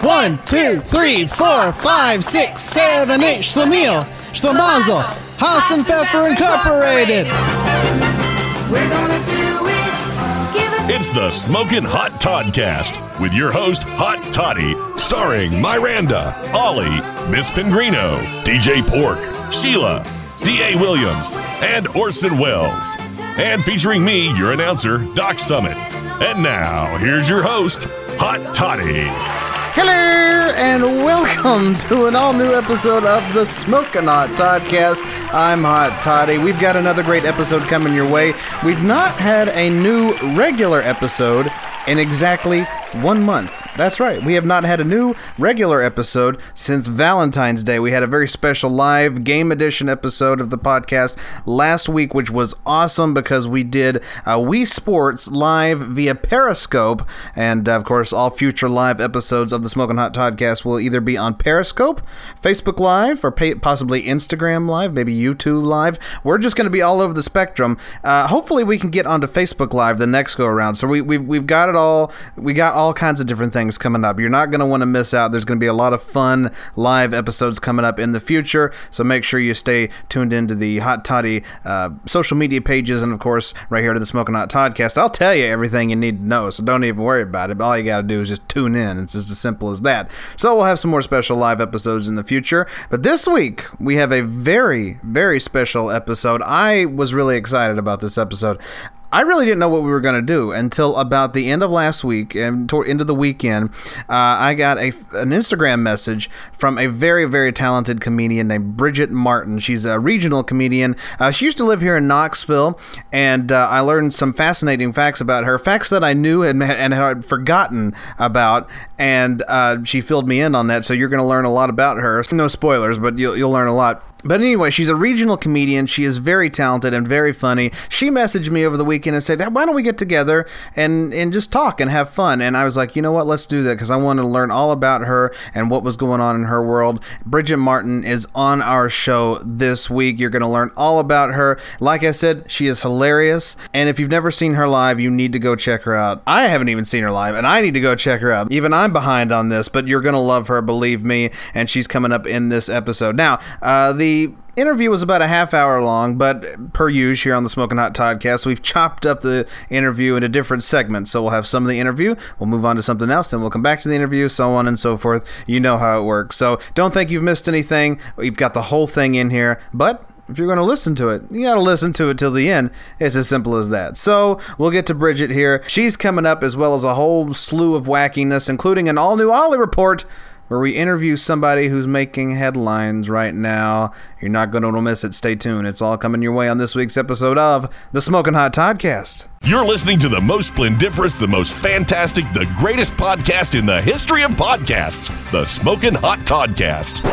One, two, three, four, five, six, seven, eight. Schlemiel, Schlemazel, Haas and Pfeffer Incorporated. We're gonna do it. Give us It's the Smokin' Hot Toddcast with your host, Hot Toddy, starring Miranda, Ollie, Miss Pingrino, DJ Pork, Sheila, D.A. Williams, and Orson Welles. And featuring me, your announcer, Doc Summit. And now, here's your host, Hot Toddy. Hello and welcome to an all new episode of the Smokin' Hot Toddcast. I'm Hot Toddy. We've got another great episode coming your way. We've not had a new regular episode in exactly one month. That's right. We have not had a new regular episode since Valentine's Day. We had a very special live game edition episode of the podcast last week, which was awesome because we did uh, Wii Sports live via Periscope. And uh, of course, all future live episodes of the Smoking Hot Podcast will either be on Periscope, Facebook Live, or pa- possibly Instagram Live, maybe YouTube Live. We're just going to be all over the spectrum. Uh, hopefully, we can get onto Facebook Live the next go around. So we, we, we've got it all. We got all kinds of different things coming up. You're not going to want to miss out. There's going to be a lot of fun live episodes coming up in the future. So make sure you stay tuned into the Hot Toddy uh, social media pages and, of course, right here to the Smoking Hot Toddcast. I'll tell you everything you need to know. So don't even worry about it. All you got to do is just tune in. It's just as simple as that. So we'll have some more special live episodes in the future. But this week, we have a very, very special episode. I was really excited about this episode. I really didn't know what we were going to do until about the end of last week and toward end of the weekend. Uh, I got a an Instagram message from a very very talented comedian named Bridget Martin. She's a regional comedian. Uh, she used to live here in Knoxville, and uh, I learned some fascinating facts about her, facts that I knew and and had forgotten about. And uh, she filled me in on that, so you're going to learn a lot about her. No spoilers, but you'll you'll learn a lot. But anyway, she's a regional comedian. She is very talented and very funny. She messaged me over the weekend and said, "Why don't we get together and and just talk and have fun?" And I was like, "You know what? Let's do that because I want to learn all about her and what was going on in her world." Bridget Martin is on our show this week. You're going to learn all about her. Like I said, she is hilarious. And if you've never seen her live, you need to go check her out. I haven't even seen her live, and I need to go check her out. Even I'm behind on this, but you're going to love her, believe me. And she's coming up in this episode. Now, uh, the interview was about a half hour long, but per usual here on the Smoking Hot Podcast, we've chopped up the interview into different segments. So we'll have some of the interview, we'll move on to something else, then we'll come back to the interview, so on and so forth. You know how it works. So don't think you've missed anything. We've got the whole thing in here, but. If you're going to listen to it, you got to listen to it till the end. It's as simple as that. So, we'll get to Bridget here. She's coming up as well as a whole slew of wackiness, including an all new Ollie report where we interview somebody who's making headlines right now. You're not going to miss it. Stay tuned. It's all coming your way on this week's episode of the Smoking Hot Toddcast. You're listening to the most splendiferous, the most fantastic, the greatest podcast in the history of podcasts, the Smokin' Hot Toddcast.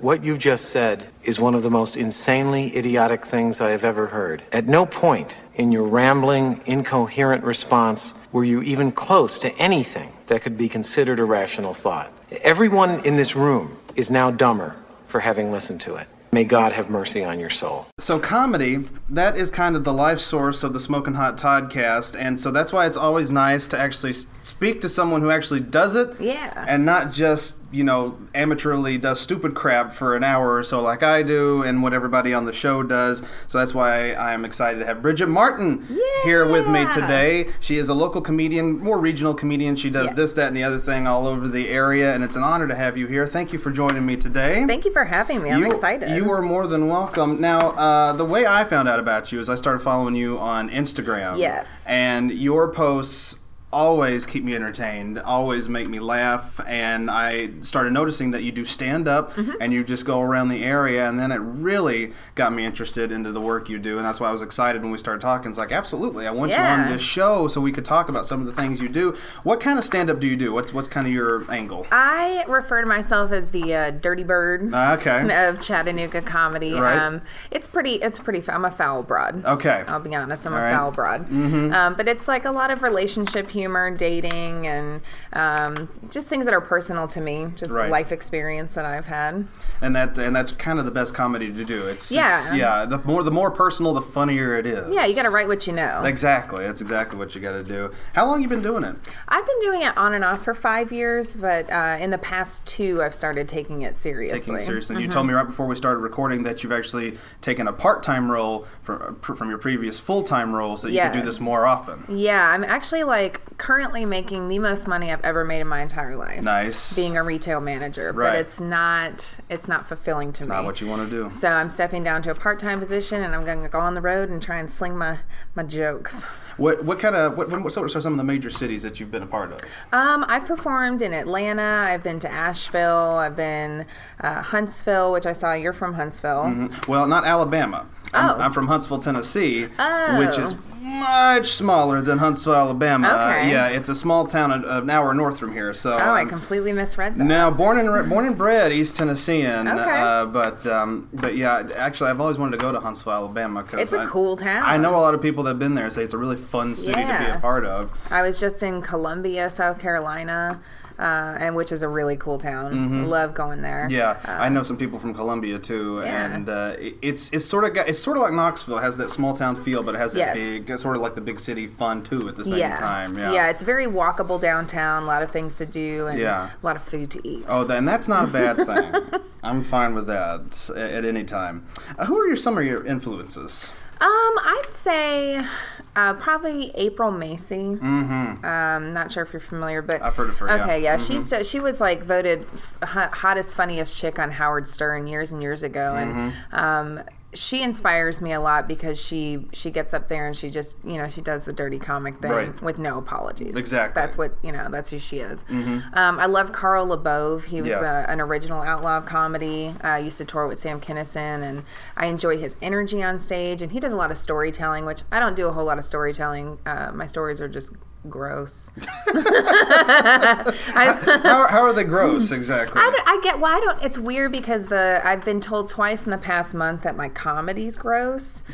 What you just said is one of the most insanely idiotic things I have ever heard. At no point in your rambling, incoherent response were you even close to anything that could be considered a rational thought. Everyone in this room is now dumber for having listened to it. May God have mercy on your soul. So comedy, that is kind of the life source of the Smoking Hot Toddcast, and so that's why it's always nice to actually s- speak to someone who actually does it, Yeah. and not just you know amateurly does stupid crap for an hour or so like I do, and what everybody on the show does. So that's why I am excited to have Bridget Martin here with me Yeah. today. She is a local comedian, more regional comedian. She does Yes. this, that, and the other thing all over the area, and it's an honor to have you here. Thank you for joining me today. Thank you for having me. I'm you, excited. You are more than welcome. Now, uh, the way I found out about you is I started following you on Instagram. Yes. And your posts always keep me entertained, always make me laugh. And I started noticing that you do stand up Mm-hmm. and you just go around the area. And then it really got me interested into the work you do. And that's why I was excited when we started talking. It's like, absolutely, I want you on Yeah. this show so we could talk about some of the things you do. What kind of stand up do you do? What's, what's kind of your angle? I refer to myself as the uh, Dirty Bird Ah, okay. of Chattanooga comedy. Right. Um, it's pretty. It's pretty. f- I'm a foul broad. Okay. I'll be honest. I'm All a right. Mm-hmm. foul broad. Um, but it's like a lot of relationship humor, dating, and um, just things that are personal to me, just Right. life experience that I've had. and that and that's kind of the best comedy to do. It's Yeah. it's- yeah. The more the more personal, the funnier it is. Yeah, you got to write what you know. Exactly. That's exactly what you got to do. How long you been doing it? I've been doing it on and off for five years, but uh, in the past two, I've started taking it seriously. Taking it seriously. Mm-hmm. You told me right before we started recording that you've actually taken a part-time role from from your previous full-time role, so that you could do Yes. this more often. Yeah, I'm actually like currently making the most money I've ever made in my entire life. Nice. Being a retail manager, Right. but it's not it's not fulfilling to me. Not what you want to do. So I'm stepping down to a part-time position, and I'm going to go on the road and try and sling my my jokes. What what kind of what, what, what are some of the major cities that you've been a part of? Um, I've performed in Atlanta. I've been to Asheville. I've been uh, Huntsville, which I saw you're from Huntsville. Mm-hmm. Well, not Alabama. I'm, Oh. I'm from Huntsville, Tennessee, which is much smaller than Huntsville, Alabama. Okay. Yeah, it's a small town an, an hour north from here. So Oh, I um, completely misread that. Now, born and re- born and bred East Tennessean, Okay. uh, but um, but yeah, actually, I've always wanted to go to Huntsville, Alabama. Cause It's a I- cool town. I know a lot of people that've been there say it's a really fun city to be Yeah. a part of. I was just in Columbia, South Carolina, uh, and which is a really cool town. Love going there. Mm-hmm. Yeah, I know some people from Columbia too, Uh, yeah. and uh, it- it's it's sort of got, it's sort of like Knoxville it has that small town feel, but it has that Yes. big it's sort of like the big city fun too at the same yeah. time. Yeah. it's very walkable downtown. A lot of things to do and Yeah. a lot of food to eat. Oh, then that's not a bad thing. I'm fine with that a- at any time. Uh, who are your some of your influences? Um, I'd say uh, probably April Macy. Mm-hmm. Um, not sure if you're familiar, but I've heard of her, yeah. Mm-hmm. Okay, yeah, she's she was like voted f- hot- hottest, funniest chick on Howard Stern years and years ago, Mm-hmm. and um, she inspires me a lot because she she gets up there and she just you know she does the dirty comic thing Right. with no apologies. Exactly. Mm-hmm. That's what you know. That's who she is. Um, I love Carl LeBove. He was Yeah. uh, an original outlaw comedy. Uh, I used to tour with Sam Kinison, and I enjoy his energy on stage. And he does a lot of storytelling, which I don't do a whole lot of storytelling. Uh, my stories are just gross. I, How, are- how are they gross exactly? Hmm. I don't- I get why I don't. It's weird because the I've been told twice in the past month that my comedy's gross,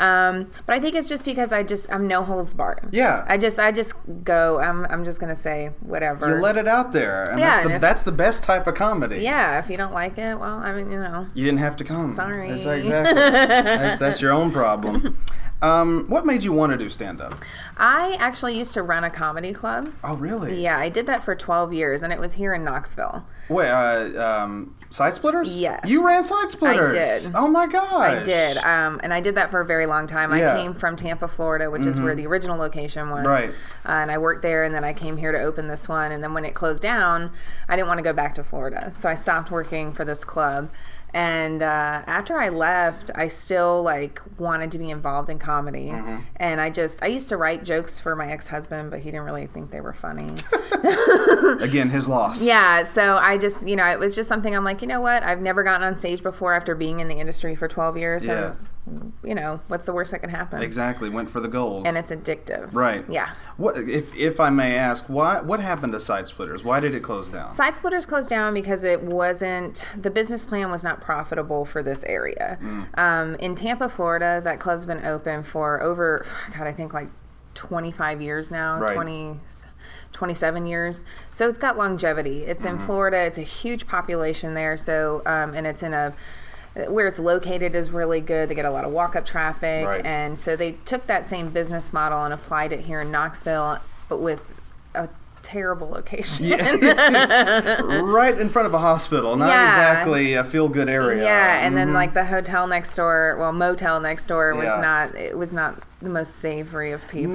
um, but I think it's just because I just I'm no holds barred. Yeah. I just I just go. I'm I'm just gonna say whatever. you let it out there, and Yeah, that's and the if- that's the best type of comedy. yeah, if you don't like it, well, I mean, you know. You didn't have to come. Sorry. That's exactly. that's, that's your own problem. Um, what made you want to do stand up? I actually used to run a comedy club. Oh, really? Yeah, I did that for 12 years, and it was here in Knoxville. Wait, uh, um, side splitters? Yes. You ran side splitters. did. Oh my gosh. I did, um, and I did that for a very long time. Yeah. Mm-hmm. I came from Tampa, Florida, which is where the original location was. Right. Uh, and I worked there, and then I came here to open this one. And then when it closed down, I didn't want to go back to Florida, so I stopped working for this club. And uh, after I left, I still like wanted to be involved in comedy, Mm-hmm. and I just I used to write jokes for my ex husband, but he didn't really think they were funny. Oh, Again, his loss. Yeah, so I just, you know, it was just something I'm like, you know what? I've never gotten on stage before after being in the industry for 12 years. Yeah. And, you know, what's the worst that can happen? Exactly. Went for the gold. And it's addictive. right. Yeah. What if if I may ask, why what happened to side splitters? Why did it close down? Side splitters closed down because it wasn't the business plan was not profitable for this area. Um, in Tampa, Florida, that club's been open for over God, I think like 25 years now, Right. 20, 27 years. So it's got longevity. It's Mm-hmm. in Florida. It's a huge population there. So um, and it's in a where it's located is really good. They get a lot of walk up traffic, Right. and so they took that same business model and applied it here in Knoxville, but with a terrible location. right in front of a hospital. Not Yeah. exactly a feel good area. Mm-hmm. Yeah, and then like the hotel next door, well, motel next door was Yeah. not. It was not the most savory of people.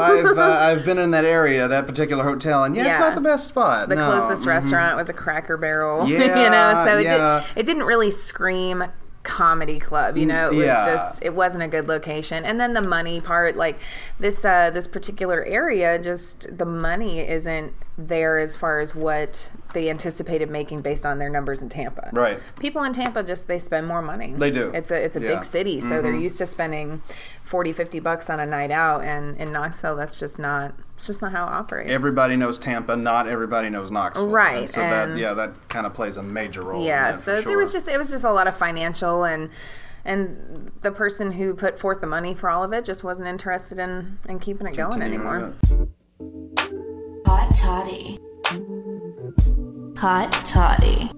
I've uh, I've been in that area, that particular hotel, and yeah, Yeah. it's not the best spot. The no. Mm-hmm. closest restaurant was a Cracker Barrel. you Yeah, know, so it, yeah. Mm, did, it didn't really scream comedy club you know it was yeah. just it wasn't a good location and then the money part like this uh this particular area just the money isn't there as far as what they anticipated making based on their numbers in tampa Right. people in tampa just they spend more money They do. it's a it's a Yeah. Mm-hmm. big city so they're used to spending 40 50 bucks on a night out and in knoxville that's just not it's just not how it operates Everybody knows Tampa, not everybody knows Knoxville. Right, And so that and- yeah, that kind of plays a major role. in yeah that for so sure. there was just it was just a lot of financial and and the person who put forth the money for all of it just wasn't interested in in keeping it going Continuing anymore with it. toddy. Hot toddy.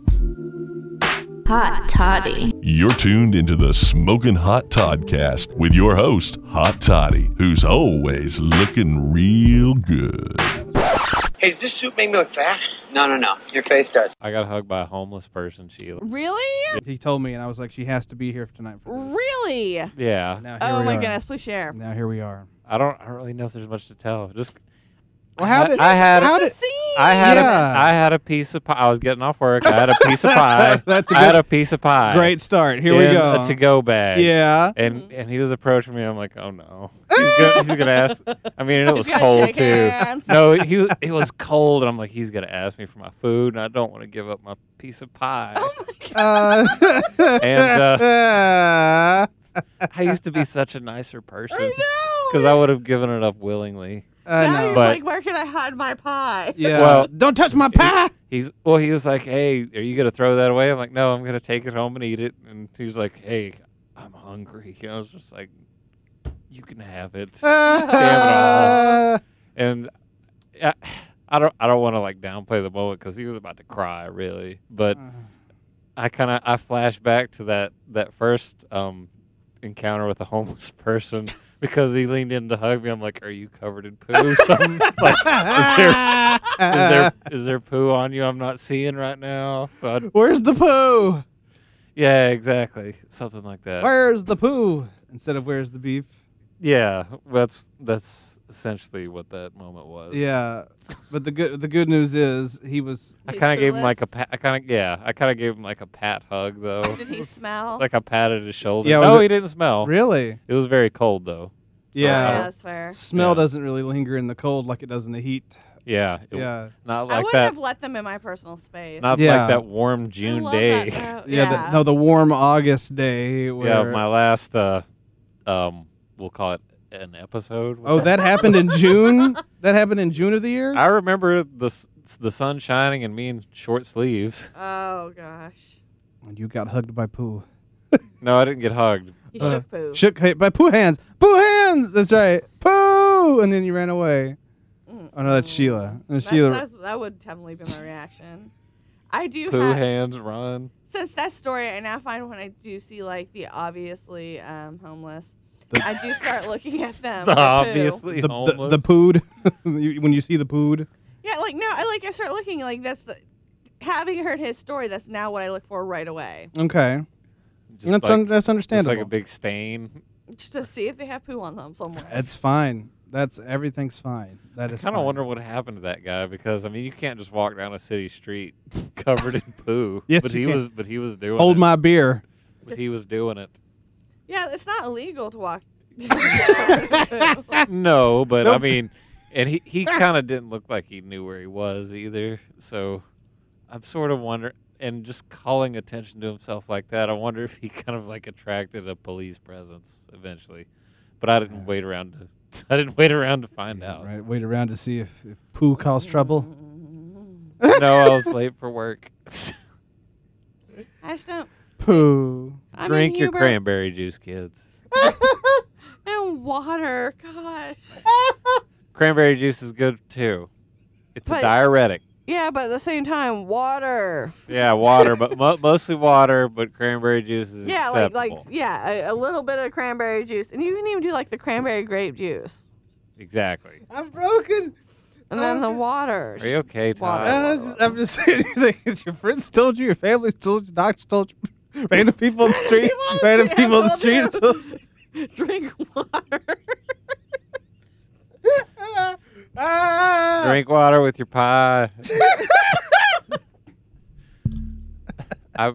Hot toddy. You're tuned into the Smoking Hot Toddcast with your host, Hot Toddy, who's always looking real good. Hey, does this soup make me look fat? No, no, no. Your face does. I got hugged by a homeless person, Sheila. Really? He told me, and I was like, she has to be here tonight for this. Really? Yeah. Now, here Oh we my are. goodness, please share. Now here we are. I don't. I don't really know if there's much to tell. Just. Well, how I- did I had- How did? The scene. I had Yeah. a. I had a piece of pie. I was getting off work. I had a piece of pie. That's a I had good- a piece of pie. Great start. Here we in go. A to-go bag. Yeah. Mm-hmm. And and he was approaching me. I'm like, oh no. He's gonna, he's gonna ask. I mean, and it was gotta cold shake too. hands. No, he was- it was cold, and I'm like, he's gonna ask me for my food, and I don't want to give up my piece of pie. Oh Uh, and uh, uh, I used to be such a nicer person No. because I would have given it up willingly. I Now know. you're But- like, where can I hide my pie? Uh, Yeah. Well- don't touch my pie. He's well. He was like, "Hey, are you gonna throw that away?" I'm like, "No, I'm gonna take it home and eat it." And he was like, "Hey, I'm hungry." And I was just like, "You can have it." Damn it all. and I, I don't, I don't want to like downplay the moment because he was about to cry, really. But I kind of, I flash back to that that first um, encounter with a homeless person because he leaned in to hug me. I'm like, "Are you covered in poo?" Some like, is there, is there is there poo on you? I'm not seeing right now. So I, Where's the poo? yeah, exactly, something like that. Where's the poo? Instead of where's the beef? Yeah, that's that's essentially what that moment was. Yeah. But the good the good news is he was I He's kind of gave him clueless. like a pat. I kind of yeah. I kind of gave him like a pat hug though. Did he smell? like I patted his shoulder. Yeah, Yeah, was no, it- he didn't smell. really It was very cold though. yeah, yeah. that's fair. Smell Yeah. doesn't really linger in the cold like it does in the heat. Yeah. it- Yeah. Not I like wouldn't that. have let them in my personal space. Not Yeah. like that warm I June love day. That, though. Yeah, The, no, the warm August day where yeah. My last. uh Um. We'll call it an episode. Oh, that happened in June? That happened in June of the year? I remember the s- the sun shining and me in short sleeves. Oh gosh, And you got hugged by poo. No, I didn't get hugged. he Uh, shook poo. Shook ha- by poo hands. Poo hands. That's right. Poo. And then you ran away. Oh no, that's Sheila. And Mm. That's- Sheila. that's- that would definitely be my reaction. I do Poo have, hands run. since that story, I now find when I do see like the obviously um, homeless, I do start looking at them. The for poo. obviously the, the, homeless. the pooed. You- when you see the pooed. Yeah, like no, I like I start looking like that's the. Having heard his story, that's now what I look for right away, Okay. Just That's, like, un- that's just understandable. like a big stain. just to see if they have poo on them somewhere. It's fine. That's everything's fine. That I is. kind fine. of wonder what happened to that guy because I mean you can't just walk down a city street covered in poo. Yes, but you he can. was but he was doing Hold it. my beer. But he was doing it. Yeah, it's not illegal to walk. Poo. no, but I mean, and he he kind of didn't look like he knew where he was either. So I'm sort of wonder and just calling attention to himself like that. I wonder if he kind of like attracted a police presence eventually. But I didn't wait around to I didn't wait around to find out. Right. Wait around to see if, if poo caused trouble. No, I was late for work. I just don't. Poo. I Drink mean, your Hubert, cranberry juice, kids. and water. Gosh. Cranberry juice is good too. It's But- a diuretic. yeah, but at the same time, water. Yeah, water, but mo- mostly water, but cranberry juice is Yeah, like acceptable. like yeah, a, a little bit of cranberry juice, and you can even do like the cranberry grape juice, exactly. I'm broken. Oh, and then the water. Are you okay, Todd? Water. Uh, I'm just saying, because your friends told you, your family's told you, doctors told you, random people on the street, random people on the street told you. Drink water. Ah! Drink water with your pie. I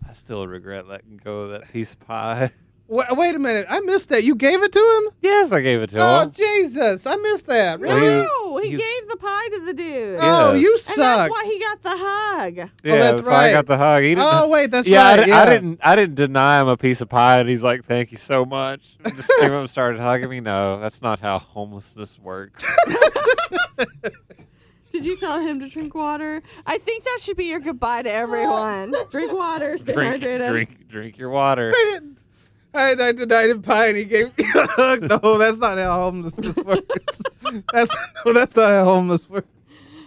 I still regret letting go of that piece of pie. Wa- wait a minute, I missed that. You gave it to him? Yes, I gave it to Oh, him. Jesus, I missed that. Well, Really? he was- No, he he- gave the pie to the dude. Yeah. Oh, you And suck. that's why he got the hug. yeah, that's why right. I got the hug. He didn't, Oh, wait, that's yeah, I right. di- yeah, I didn't. I didn't deny him a piece of pie, and he's like, "Thank you so much." I just came up and started hugging me. No, that's not how homelessness works. Did you tell him to drink water? I think that should be your goodbye to everyone. drink water, stay drink, hydrated. drink, drink your water. I didn't. I had I denied him pie, and he gave me a hug. No, that's not how homelessness works. That's no, that's not how homeless works.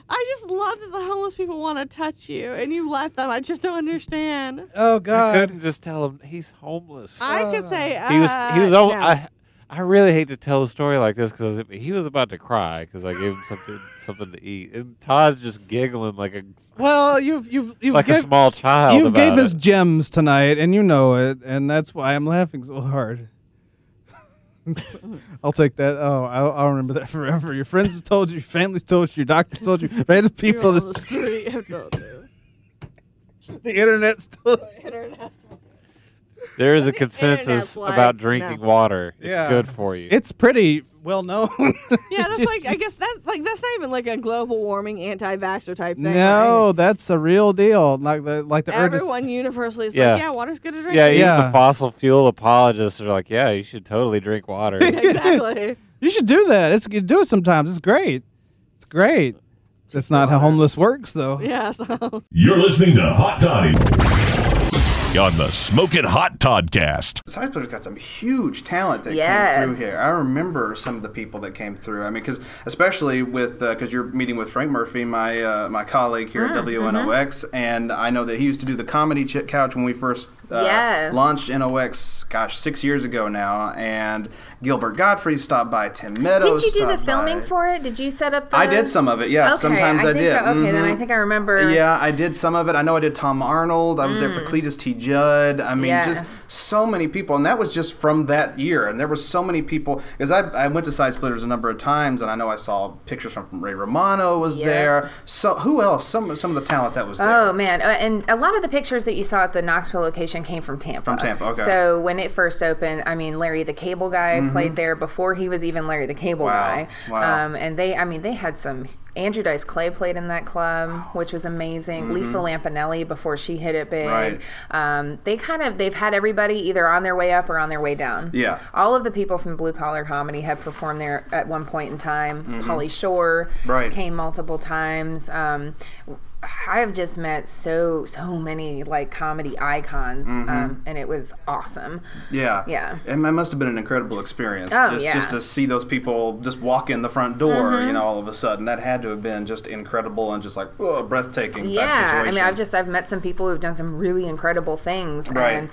I just love that the homeless people want to touch you and you let them. I just don't understand. Oh God! I couldn't just tell him he's homeless. I could say uh, he was he was no. al- I I really hate to tell a story like this because he was about to cry because I gave him something something to eat and Todd's just giggling like a Well, you've you've you've like a giv- small child. You've gave about us it. gems tonight, and you know it, and that's why I'm laughing so hard. I'll take that. Oh, I'll, I'll remember that forever. Your friends have told you, your family's told you, your doctors told you, random people, people on that- the street have told you. the internet's told there is a consensus like, about drinking no. water. It's Yeah. good for you. It's pretty well known. Yeah, that's like I guess that's like that's not even like a global warming anti-vaxxer type thing. no, that's a real deal. Like the like the Like, Ernest- everyone universally is Yeah. like, yeah, water's good to drink. yeah, even Yeah. the fossil fuel apologists are like, yeah, you should totally drink water. exactly. You should do that. It's you do it sometimes. It's great. It's great. That's not how homeless works, though. Yeah, so You're listening to Hot Toddy on the Smoking Hot Toddcast. Side Player's got some huge talent that Yes. came through here. I remember some of the people that came through. I mean, because especially with because you're meeting with Frank Murphy, my uh, my colleague here Mm, at mm-hmm. WNOX, and I know that he used to do the comedy chit couch when we first uh, Yes. launched NOX. Gosh, six years ago now. And Gilbert Godfrey stopped by. Tim Did Meadows. you do the stopped filming by. for it? Did you set up? The... I did some of it. Yeah, Okay, sometimes I, think did. that- okay, then mhm. I think I remember. Yeah, I did some of it. I know I did Tom Arnold. I was there for Cletus T. Judd. I mean, Mm. Yes. just so many people, and that was just from that year. And there were so many people because I, I went to Side Splitters a number of times, and I know I saw pictures from, from Ray Romano was Yeah. there. So who else? Some some of the talent that was there. Oh man, Uh, and a lot of the pictures that you saw at the Knoxville location came from Tampa. From Tampa, okay. Mm-hmm. So when it first opened, I mean, Larry the Cable Guy played there before he was even Larry the Cable Wow. Guy. Wow. Um, and they, I mean, they had some. Andrew Dice Clay played in that club, which was amazing. Lisa Lampanelli before she hit it big. Mm-hmm. Right. Um, they kind of they've had everybody either on their way up or on their way down. Yeah. All of the people from blue collar comedy had performed there at one point in time. Holly Shore Right. came multiple times. Um, I have just met so so many like comedy icons, um, and it was awesome. Yeah. Yeah. And that must have been an incredible experience. Oh, just, yeah. Mm-hmm. just to see those people just walk in the front door, you know, all of a sudden. That had to have been just incredible and just like whoa, breathtaking type Yeah, I situation. mean, I've just I've met some people who've done some really incredible things, Right. and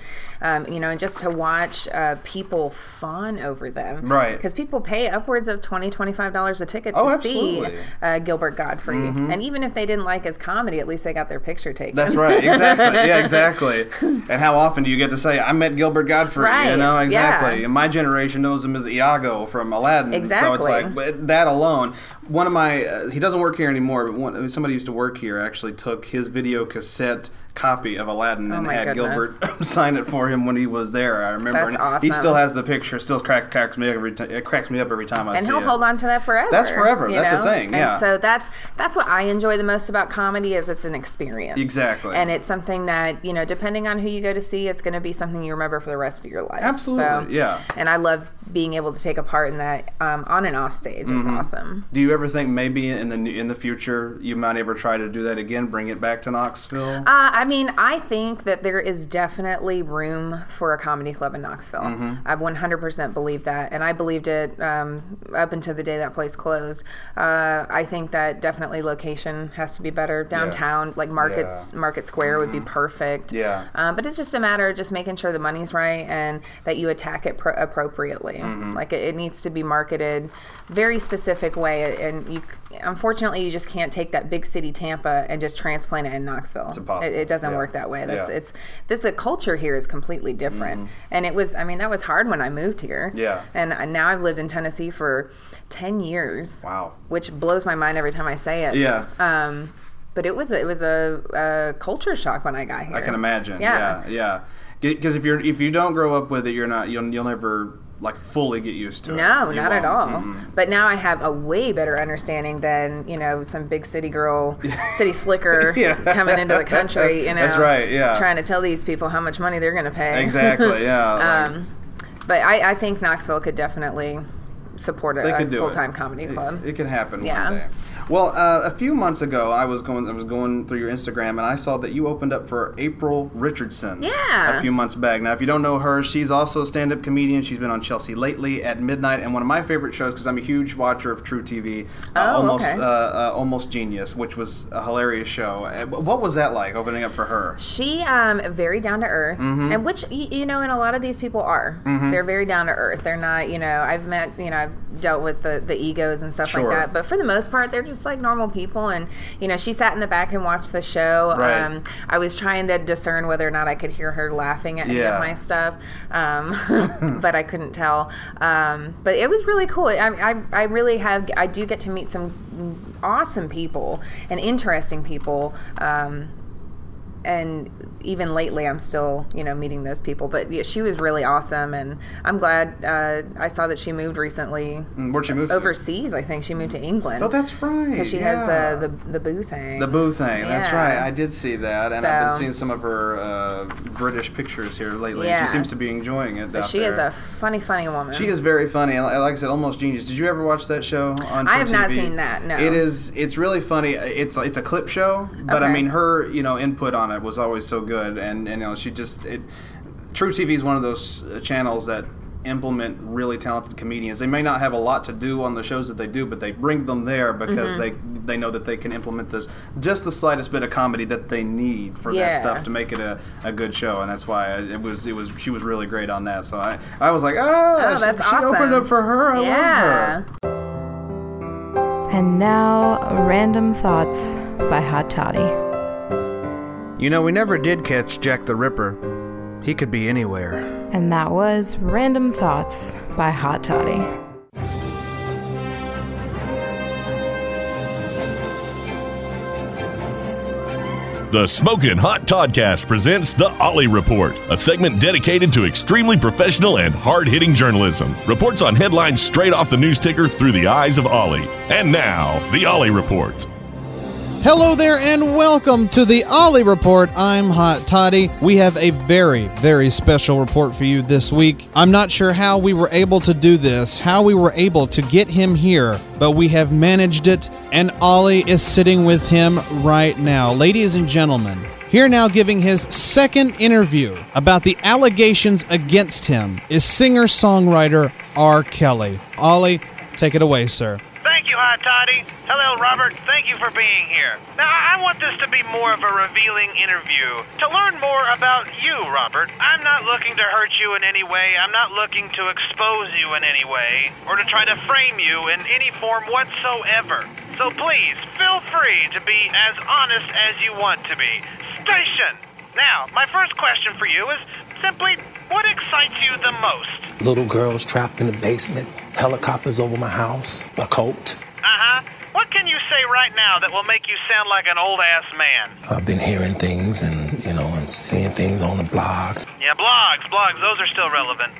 um, you know, and just to watch uh, people fawn over them, Right. Because people pay upwards of 20 dollars a ticket to Oh, see absolutely. Mm-hmm. uh, Gilbert Godfrey, and even if they didn't like his comedy, at least they got their picture taken. That's right. Exactly. yeah, exactly. And how often do you get to say, I met Gilbert Godfrey? You Right, know, yeah. exactly. And my generation knows him as Iago from Aladdin. So it's Exactly. like, but that alone. One of my, uh, he doesn't work here anymore, but one, somebody used to work here actually took his video cassette copy of Aladdin Oh and my had goodness. Gilbert sign it for him when he was there. I remember. That's and He awesome. still has the picture, still crack, cracks, me every t- it cracks me up every time I and see he'll it. hold on to that forever. That's forever. you That's a know? thing, yeah. And so that's that's what I enjoy the most about comedy is it's an experience. Exactly. And it's something that you know, depending on who you go to see, it's going to be something you remember for the rest of your life. Absolutely, So- yeah. And I love being able to take a part in that um, on and off stage. It's Mm-hmm. awesome. Do you ever think maybe in the in the future you might ever try to do that again, bring it back to Knoxville? Uh, I mean, I think that there is definitely room for a comedy club in Knoxville. I 100% believe that, and I believed it um, up until the day that place closed. Uh, I think that definitely location has to be better downtown, like markets, Market Square would be perfect. Yeah. Um, but it's just a matter of just making sure the money's right and that you attack it pro- appropriately. Mm-hmm. Like it, it needs to be marketed very specific way, and you c- unfortunately you just can't take that big city Tampa and just transplant it in Knoxville. It's impossible. It, it doesn't Yeah. work that way. That's Yeah. Mm-hmm. it's this the culture here is completely different, and it was I mean that was hard when I moved here. Yeah. And I- now I've lived in Tennessee for ten years. Wow. Which blows my mind every time I say it. Yeah. Um, but it was it was a, a culture shock when I got here. I can imagine. Yeah. Yeah, yeah. Because if you're if you don't grow up with it, you're not you'll you'll never like fully get used to it. No, You Mm-hmm. not at won't. all. But now I have a way better understanding than you know some big city girl, city slicker Yeah. coming into the country. You know, That's right, yeah. trying to tell these people how much money they're going to pay. Exactly. Yeah. like- um, but I, I think Knoxville could definitely support They a, could do it. full time comedy club. It can happen Yeah. one day. Well, uh, a few months ago, I was going I was going through your Instagram and I saw that you opened up for April Richardson. Yeah. A few months back. Now, if you don't know her, she's also a stand-up comedian. She's been on Chelsea lately at midnight, and one of my favorite shows because I'm a huge watcher of True TV. uh, Oh, almost okay. uh, uh, almost genius, which was a hilarious show. Uh, What was that like opening up for her? She um very down to earth, Mhm. and which y- you know, and a lot of these people are. Mhm. They're very down to earth. They're not, you know. I've met, you know, I've dealt with the the egos and stuff Sure. like that. But for the most part, they're just like normal people. And you know, she sat in the back and watched the show. Right. Um, I was trying to discern whether or not I could hear her laughing at any Yeah. of my stuff, um, but I couldn't tell. Um, but it was really cool. I, I I really have. I do get to meet some awesome people and interesting people. Um, and even lately i'm still you know meeting those people but yeah, she was really awesome and i'm glad uh, i saw that she moved recently Mm, Where'd she move? to? overseas i think she moved to england Oh, that's right. because she has yeah. uh, the, the boo thing The boo thing. That's Yeah. right. I did see that, and I've been So- seeing some of her uh, British pictures here lately. Yeah. She seems to be enjoying it. but out she there. is a funny funny woman She is very funny, and li- like I said, almost genius. Did you ever watch that show on? I True have not TV? seen that, no. it is. It's really funny. It's it's a clip show, but I Okay. mean, her you know input on it was always so good, and, and you know she just it. True TV is one of those uh, channels that implement really talented comedians. They may not have a lot to do on the shows that they do, but they bring them there because Mhm. they they know that they can implement this just the slightest bit of comedy that they need for that Yeah. stuff to make it a, a good show, and that's why it was it was she was really great on that. So I I was like ah Oh, she- that's she opened awesome. up for her. I Yeah. love her. And now, Random Thoughts by Hot Toddy. You know, we never did catch Jack the Ripper. He could be anywhere. And that was Random Thoughts by Hot Toddy. The Smokin' Hot Toddcast presents The Ollie Report, a segment dedicated to extremely professional and hard hitting journalism. Reports on headlines straight off the news ticker through the eyes of Ollie. And now, The Ollie Report. Hello there, and welcome to the Ollie Report. I'm Hot Toddy. We have a very, very special report for you this week. I'm not sure how we were able to do this, how we were able to get him here, but we have managed it, and Ollie is sitting with him right now. Ladies and gentlemen, here now giving his second interview about the allegations against him is singer songwriter R. Kelly. Ollie, take it away, sir. Thank you, Hot Toddy. Hello, Robert. Thank you for being here. Now, I I want this to be more of a revealing interview. To learn more about you, Robert, I'm not looking to hurt you in any way. I'm not looking to expose you in any way or to try to frame you in any form whatsoever. So please, feel free to be as honest as you want to be. Station! Now, my first question for you is simply what excites you the most? Little girls trapped in the basement, helicopters over my house, a cult. Uh huh. What can you say right now that will make you sound like an old ass man? I've been hearing things and, you know, and seeing things on the blogs. Yeah, blogs, blogs, those are still relevant.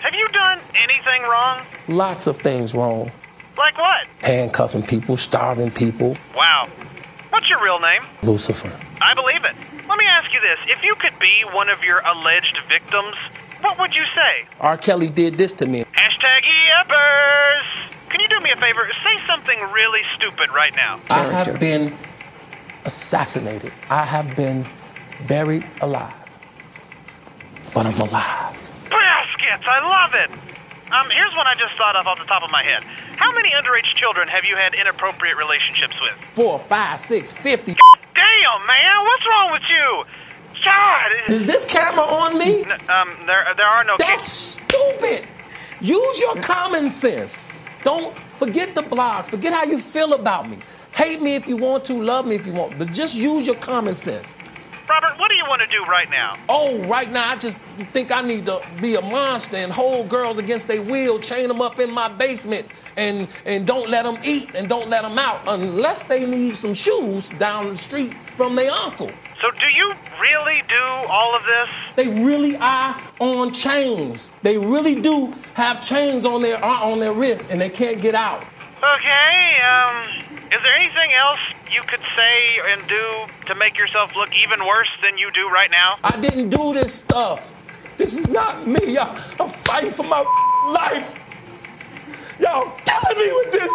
Have you done anything wrong? Lots of things wrong. Like what? Handcuffing people, starving people. Wow. What's your real name? Lucifer. I believe it. Let me ask you this if you could be one of your alleged victims, what would you say? R. Kelly did this to me. Hashtag Eppers! Can you do me a favor? Say something really stupid right now. I have been assassinated. I have been buried alive. But I'm alive. Baskets! I love it! Um, here's one I just thought of off the top of my head. How many underage children have you had inappropriate relationships with? Four, five, six, fifty. Damn, man, what's wrong with you? God. Is this camera on me? N- um, there, there are no. That's stupid. Use your common sense. Don't forget the blogs. Forget how you feel about me. Hate me if you want to, love me if you want, but just use your common sense. Robert, what do you want to do right now? Oh, right now I just think I need to be a monster and hold girls against their will, chain them up in my basement, and and don't let them eat and don't let them out unless they need some shoes down the street from their uncle. So, do you really do all of this? They really are on chains. They really do have chains on their uh, on their wrists, and they can't get out. Okay, um, is there anything else you could say and do to make yourself look even worse than you do right now? I didn't do this stuff. This is not me. I, I'm fighting for my life. Y'all killing me with this.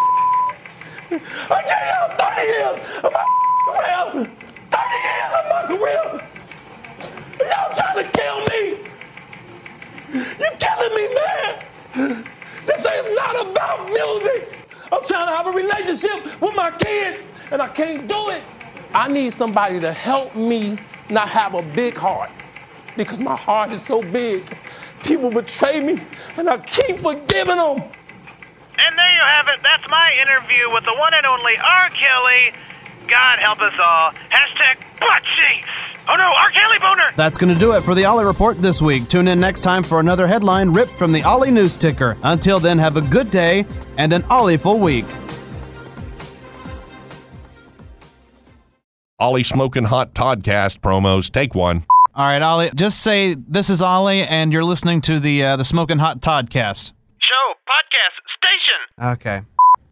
I gave y'all 30 years of my career. 30 years of my career. Y'all trying to kill me. You're killing me, man. This is not about music. I'm trying to have a relationship with my kids, and I can't do it. I need somebody to help me not have a big heart because my heart is so big. People betray me and I keep forgiving them. And there you have it. That's my interview with the one and only R. Kelly. God help us all. Hashtag butt cheeks. Oh no, R. Kelly boner. That's going to do it for the Ollie Report this week. Tune in next time for another headline ripped from the Ollie News Ticker. Until then, have a good day and an Ollieful week. Ollie Smoking Hot Toddcast promos. Take one. All right, Ollie, just say this is Ollie, and you're listening to the uh, the Smoking Hot Toddcast. Show, podcast, station. Okay.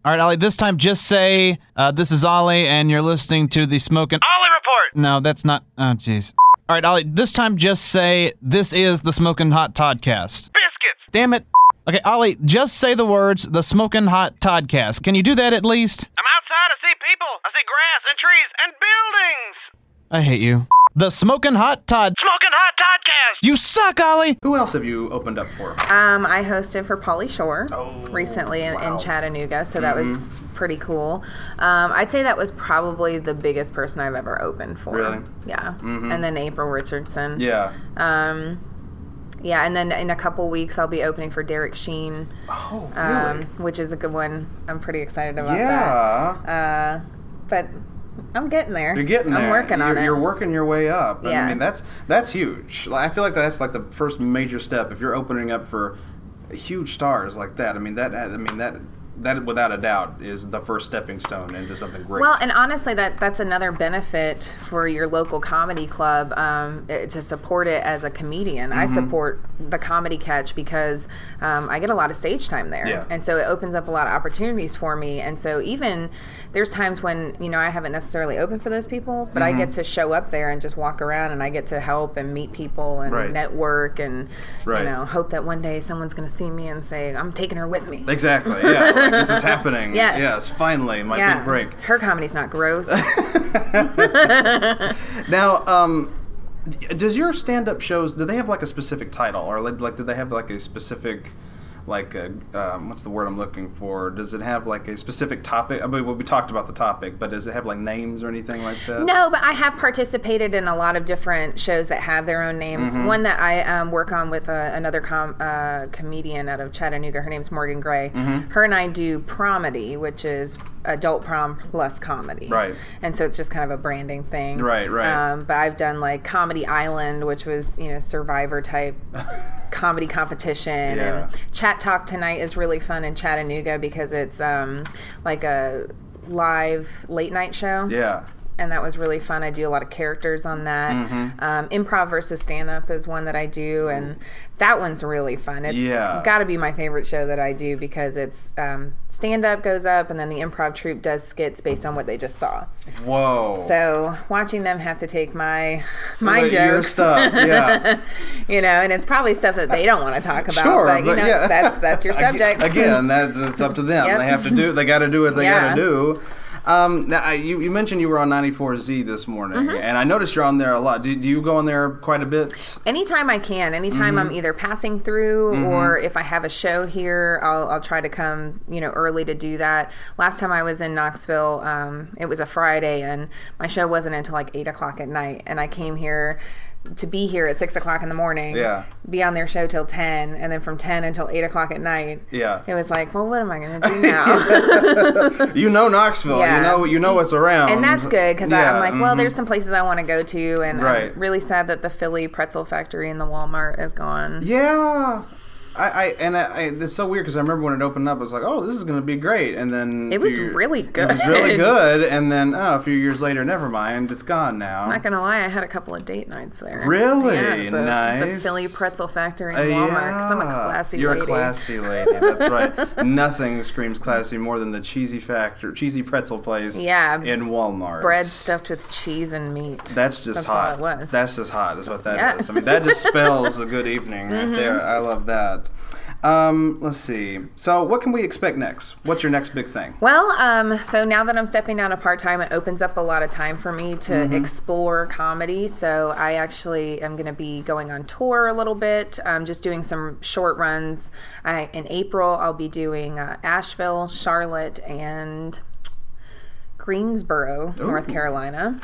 All right, Ollie. This time, just say uh, this is Ollie, and you're listening to the Smoking Ollie Report. No, that's not. Oh, jeez. All right, Ollie. This time, just say this is the Smoking Hot Toddcast. Biscuits. Damn it. Okay, Ollie. Just say the words the Smoking Hot Toddcast. Can you do that at least? I'm outside. I see people. I see grass and trees and buildings. I hate you. The Smoking Hot Todd. Smoking hot podcast. You suck, Ollie. Who else have you opened up for? Um, I hosted for Polly Shore Oh, recently in, in Chattanooga, so that was Mm-hmm. pretty cool. Um, I'd say that was probably the biggest person I've ever opened for. Really? Yeah. Mhm. And then April Richardson. Yeah. Um, yeah, and then in a couple weeks I'll be opening for Derek Sheen. Oh, really? um, Which is a good one. I'm pretty excited about Yeah. that. Uh, but I'm getting there. You're getting there. I'm working on you're, it. You're working your way up. And, I Yeah. mean that's that's huge. Like, I feel like that's like the first major step if you're opening up for huge stars like that. I mean that I mean that that without a doubt is the first stepping stone into something great. Well, and honestly, that that's another benefit for your local comedy club um, eh, to support it as a comedian. I Mm-hmm. Mhm. support the comedy catch because um, I get a lot of stage time there, Yeah. and so it opens up a lot of opportunities for me. And so even there's times when you know I haven't necessarily opened for those people, but Mm-hmm. Mhm. I get to show up there and just walk around, and I get to help and meet people and Right. network, and Right. you know hope that one day someone's going to see me and say I'm taking her with me. Exactly. Yeah. like, this is happening. Yes. Finally, my big break. Her comedy's not gross. Now, um, d- does your stand-up shows do they have like a specific title, or like, like do they have like a specific, like a, um, what's the word I'm looking for? Does it have like a specific topic? I mean, well, we talked about the topic, but does it have like names or anything like that? No, but I have participated in a lot of different shows that have their own names. Mm-hmm. Mhm. One that I um, work on with uh, another com- uh, comedian out of Chattanooga. Her name's Morgan Gray. Mhm. Mm-hmm. Her and I do Promedy, which is adult prom plus comedy. Right. And so it's just kind of a branding thing. Right, right. Um, but I've done like Comedy Island, which was you know Survivor type. comedy competition Yeah. and chat talk tonight is really fun in chattanooga because it's um, like a live late night show Yeah. and that was really fun. I do a lot of characters on that. Mm-hmm. Mhm. Mm-hmm. Um, improv versus stand up is one that I do, and that one's really fun. It's Yeah. got to be my favorite show that I do because it's um, stand up goes up, and then the improv troupe does skits based on what they just saw. Whoa. So watching them have to take my my Wait, jokes, your stuff, yeah. you know, and it's probably stuff that they don't want to talk about, Sure, but you but know, yeah. that's that's your subject. Again, that's it's up to them. Yep. They have to do. They got to do what they Yeah. got to do. Um, now I, you, you mentioned you were on 94Z this morning, Mhm. and I noticed you're on there a lot. Do, do you go on there quite a bit? Anytime I can, anytime Mhm. I'm either passing through Mhm. or if I have a show here, I'll, I'll try to come, you know, early to do that. Last time I was in Knoxville, um, it was a Friday and my show wasn't until like eight o'clock at night. And I came here to be here at six o'clock in the morning, Yeah. be on their show till 10, and then from 10 until eight o'clock at night. Yeah. It was like, well, what am I going to do now? you know Knoxville. You Yeah. know you know what's around. and that's good because Yeah, I'm like, well, mhm. there's some places I want to go to, and Right. I'm really sad that the Philly Pretzel Factory and the Walmart is gone. Yeah. I, I and I, I, it's so weird because I remember when it opened up, I was like, "Oh, this is going to be great," and then It was you- really good. It was really good, and then oh, a few years later, never mind, it's gone I'm now. not gonna lie, I had a couple of date nights there. Really? Yeah, the, The Nice. Philly Pretzel Factory Uh, in Walmart. 'cause I'm a classy You're lady. a classy lady. That's right. Nothing screams classy more than the cheesy factor, cheesy pretzel place. Yeah. In Walmart. Bread stuffed with cheese and meat. That's just That's hot. All it was. That's just hot. Is what that is. Yeah. I mean, that just spells a good evening right Mhm. there. I love that. that. Um, let's see. So, what can we expect next? What's your next big thing? Well, um, so now that I'm stepping down to part time, it opens up a lot of time for me to Mhm. explore comedy. So I actually am going to be going on tour a little bit, um, just doing some short runs. I, in April, I'll be doing uh, Asheville, Charlotte, and Greensboro, North Ooh. Carolina.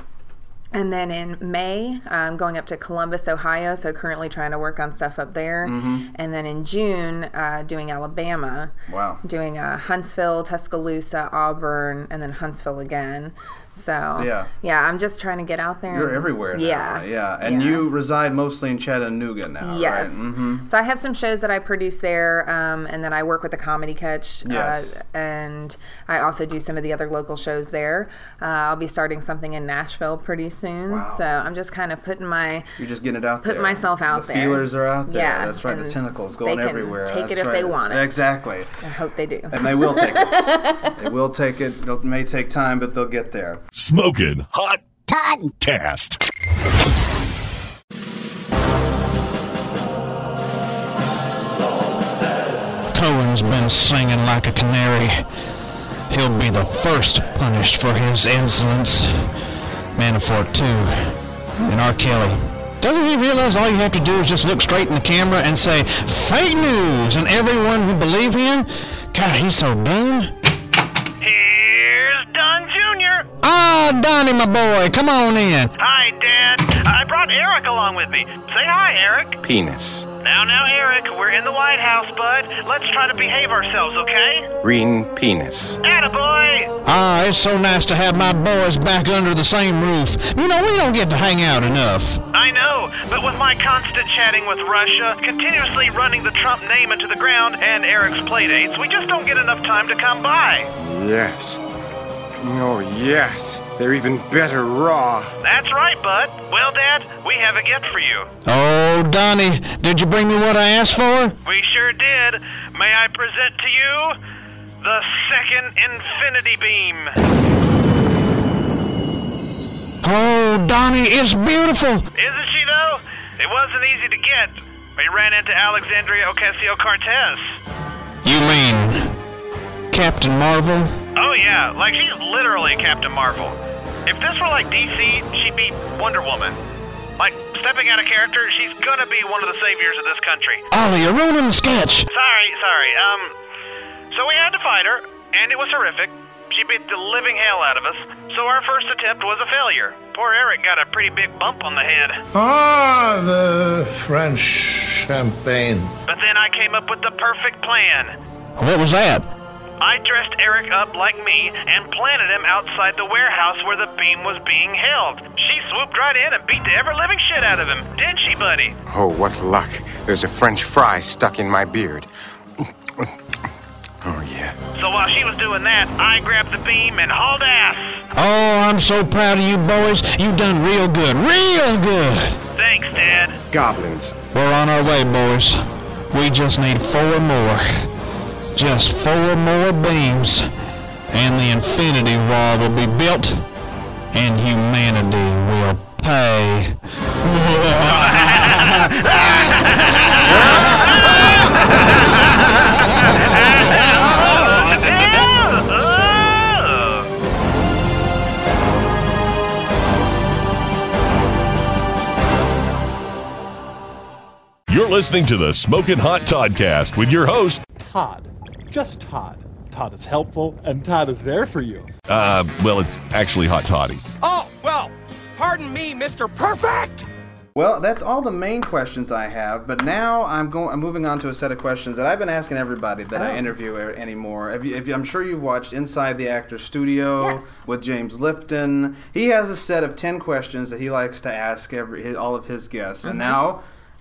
And then in May, I'm going up to Columbus, Ohio. So currently trying to work on stuff up there. Mm-hmm. Mhm. And then in June, uh, doing Alabama. Wow. Doing uh, Huntsville, Tuscaloosa, Auburn, and then Huntsville again. So Yeah. yeah, I'm just trying to get out there. You're and- everywhere. now, Um, Yeah, right? Yeah. And Yeah. you reside mostly in Chattanooga now. right? Yes. Mhm. So I have some shows that I produce there, um, and then I work with the Comedy Catch. Yes. Uh, and I also do some of the other local shows there. Uh, I'll be starting something in Nashville pretty soon. Wow. So I'm just kind of putting my You're just getting it out Put there. myself out the there. Feelers are out there. Yeah, That's right. The and tentacles they going can everywhere. take it That's if right. they want it. Exactly. I hope they do. And they will take it. They will take it. It may take time, but they'll get there. Smoking Hot Podcast. Cohen's been singing like a canary. He'll be the first punished for his insolence. Manafort, too. And R. Kelly. Doesn't he realize all you have to do is just look straight in the camera and say, fake news, and everyone will believe him? God, he's so dumb. Here's Don Jr. Ah, Donnie, my boy, come on in. Hi, Dad. I brought Eric along with me. Say hi, Eric. Penis. Now, now, Eric, we're in the White House, bud. Let's try to behave ourselves, okay? Green penis. Attaboy! Ah, it's so nice to have my boys back under the same roof. You know, we don't get to hang out enough. I know, but with my constant chatting with Russia, continuously running the Trump name into the ground, and Eric's playdates, we just don't get enough time to come by. Yes. Oh, yes. They're even better raw. That's right, bud. Well, Dad, we have a gift for you. Oh, Donnie, did you bring me what I asked for? We sure did. May I present to you the second infinity beam. Oh, Donnie, it's beautiful. Isn't she, though? It wasn't easy to get. We ran into Alexandria Ocasio Cortez. You mean Captain Marvel? Oh, yeah, like she's literally Captain Marvel. If this were like DC, she'd be Wonder Woman. Like, stepping out of character, she's gonna be one of the saviors of this country. Ollie, you're ruining the sketch. Sorry, sorry. Um, so we had to fight her, and it was horrific. She beat the living hell out of us, so our first attempt was a failure. Poor Eric got a pretty big bump on the head. Ah, the French champagne. But then I came up with the perfect plan. What was that? I dressed Eric up like me and planted him outside the warehouse where the beam was being held. She swooped right in and beat the ever living shit out of him, didn't she, buddy? Oh, what luck. There's a French fry stuck in my beard. So while she was doing that, I grabbed the beam and hauled ass. Oh, I'm so proud of you boys. You done real good, real good. Thanks, Dad. Goblins. We're on our way, boys. We just need four more. Just four more beams, and the infinity wall will be built, and humanity will pay. You're listening to the Smoking Hot Podcast with your host, Todd. Just Todd. Todd is helpful, and Todd is there for you. uh, well, it's actually Hot Toddy. Oh, well, pardon me, Mr. Perfect! Well, that's all the main questions I have, but now I'm going. I'm moving on to a set of questions that I've been asking everybody that I Oh. interview a- anymore. Have you, have you, I'm sure you've watched Inside the Actor's Studio with James Lipton. He has a set of ten questions that he likes to ask every his, all of his guests, and Mhm. now.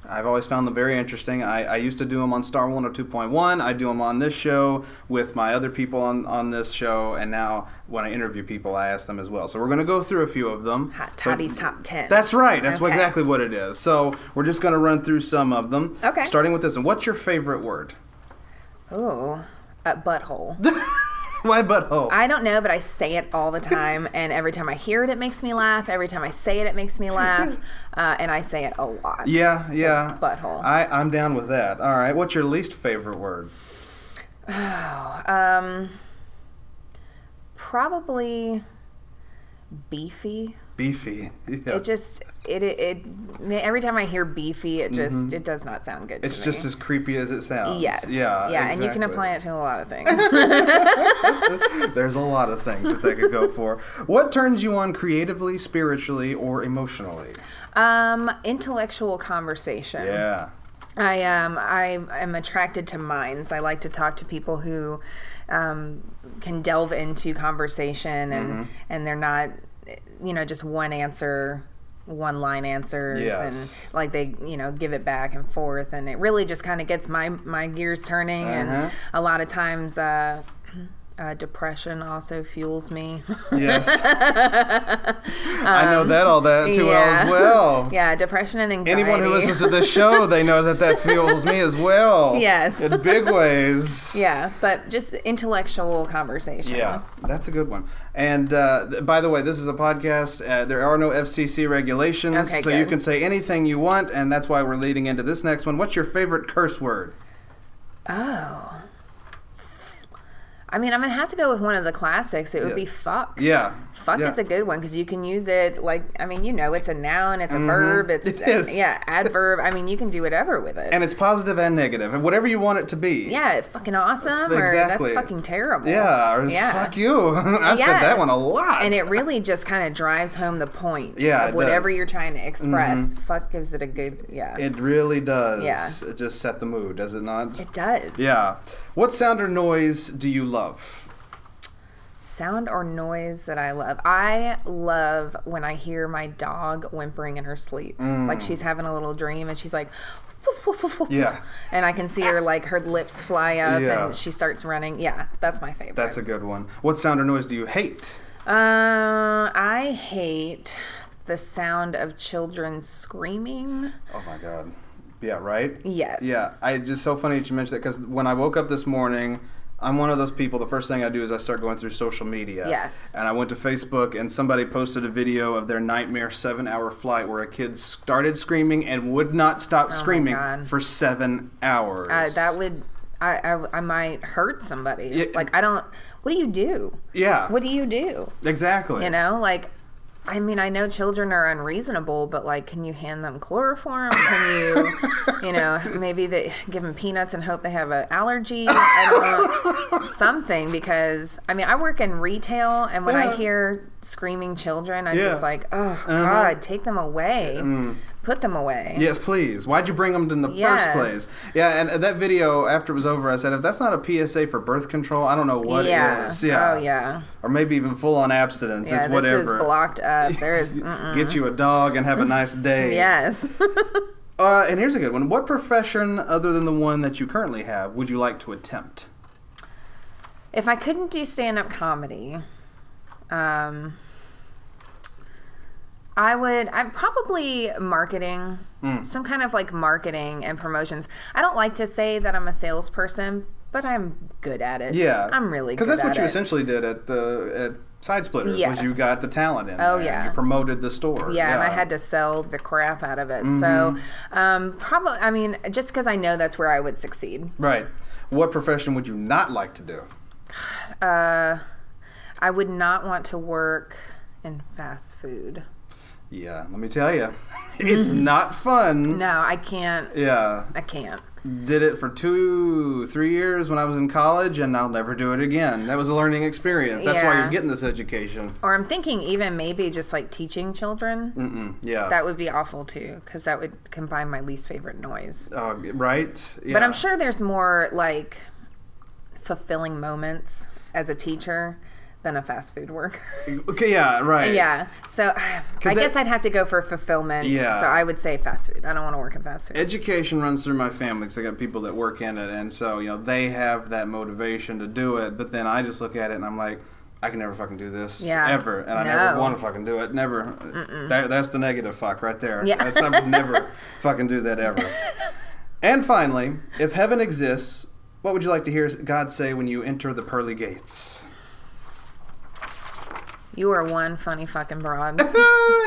I've always found them very interesting. I, I used to do them on Star 102.1. I do them on this show with my other people on, on this show. And now when I interview people, I ask them as well. So we're going to go through a few of them. Hot Toddy's top ten. that's right. That's what, Okay. exactly what it is. So we're just going to run through some of them. Okay. Starting with this one. What's your favorite word? Oh, a butthole. Why butthole? I don't know, but I say it all the time, and every time I hear it, it makes me laugh. Every time I say it, it makes me laugh, uh, and I say it a lot. Yeah, yeah. butthole. I, I'm down with that. All right. What's your least favorite word? Oh, um, probably beefy. Beefy. Yeah. It just it, it it every time I hear beefy, it just Mhm. it does not sound good. it's to just me. as creepy as it sounds. yes, Yeah. yeah, and you can exactly. apply it to a lot of things. There's a lot of things that they could go for. What turns you on creatively, spiritually, or emotionally? Um, intellectual conversation. Yeah. I um I am attracted to minds. I like to talk to people who um, can delve into conversation and Mhm. and they're not you know just one answer one line answers Yes. and like they you know give it back and forth and it really just kind of gets my my gears turning Uh-huh. and a lot of times uh, uh, depression also fuels me Yes. I know that all that too well as well. Um, yeah depression and anxiety Anyone who listens to this show, they know that that fuels me as well. Yes. In big ways. Yeah, but just intellectual conversation. Yeah, that's a good one. And uh, th- by the way, this is a podcast. Uh, there are no FCC regulations, Okay, so you good. can say anything you want, and that's why we're leading into this next one. What's your favorite curse word? Oh. I mean, I'm gonna have to go with one of the classics. It would Yeah. be fuck. Yeah. Fuck yeah. is a good one because you can use it like I mean, you know, it's a noun, it's a Mhm. verb, it's It is. yeah, adverb. I mean, you can do whatever with it. and it's positive and negative, and whatever you want it to be. yeah, it's fucking awesome, or Exactly. that's fucking terrible. Yeah, or fuck you. I've said Yeah. that one a lot. And it really just kind of drives home the point Yeah, of it whatever does. you're trying to express. Mhm. Fuck gives it a good, yeah. It really does. Yeah. It just set the mood, does it not? It does. Yeah. What sound or noise do you love? Sound or noise that I love. I love when I hear my dog whimpering in her sleep. Mm. Like she's having a little dream and she's like, Yeah. and I can see her like her lips fly up Yeah. and she starts running. Yeah, that's my favorite. That's a good one. What sound or noise do you hate? Uh, I hate the sound of children screaming. Oh my god. Yeah, right? Yes. Yeah, I it's just so funny that you mentioned that because when I woke up this morning, I'm one of those people. The first thing I do is I start going through social media. Yes. And I went to Facebook and somebody posted a video of their nightmare seven hour flight where a kid started screaming and would not stop Oh my screaming God. for seven hours. Uh, that would, I, I, I might hurt somebody. Yeah. Like, I don't, what do you do? Yeah. What do you do? Exactly. You know, like, I mean, I know children are unreasonable, but like, can you hand them chloroform? Can you, you know, maybe they give them peanuts and hope they have an allergy? I don't know, something because I mean, I work in retail, and when Yeah. I hear screaming children, I'm Yeah. just like, oh Uh-huh. God, take them away, Mm. put them away. Yes, please. Why'd you bring them in the Yes. first place? Yeah, and, and that video after it was over, I said, if that's not a PSA for birth control, I don't know what yeah. it is. Yeah. Oh yeah. Or maybe even full on abstinence. Yeah, it's whatever. This is blocked up. There's Get you a dog and have a nice day. Yes. Uh, and here's a good one. What profession, other than the one that you currently have, would you like to attempt? If I couldn't do stand up comedy, um, I would. I'm probably marketing, Mm. some kind of like marketing and promotions. I don't like to say that I'm a salesperson, but I'm good at it. yeah, I'm really good because that's at what you it. essentially did at the at Side Splitters. Yes. Was you got the talent in? Oh, there. yeah. you promoted the store. yeah, and I had to sell the crap out of it. Mhm. So, um, probably, I mean, just because I know that's where I would succeed. right. What profession would you not like to do? Uh, I would not want to work in fast food. Yeah, let me tell you, it's Mm-hmm. not fun. No, I can't. Yeah, I can't. did it for two, three years when I was in college, and I'll never do it again. That was a learning experience. That's why Yeah. you're getting this education. Or I'm thinking even maybe just like teaching children. Mm-mm. Yeah. That would be awful too, because that would combine my least favorite noise. Uh, right? But I'm Yeah. sure there's more like fulfilling moments as a teacher than a fast food worker. Okay, yeah, right. Yeah. So I 'Cause that- guess I'd have to go for fulfillment. Yeah. So I would say fast food. I don't want to work in fast food. Education runs through my family because I got people that work in it, and so you know they have that motivation to do it. But then I just look at it and I'm like, I can never fucking do this Yeah. ever, and I never No. want to fucking do it. Never. Mm-mm. That, that's the negative fuck right there. Yeah. That's, I would never fucking do that ever. And finally, if heaven exists, what would you like to hear God say when you enter the pearly gates? You are one funny fucking broad.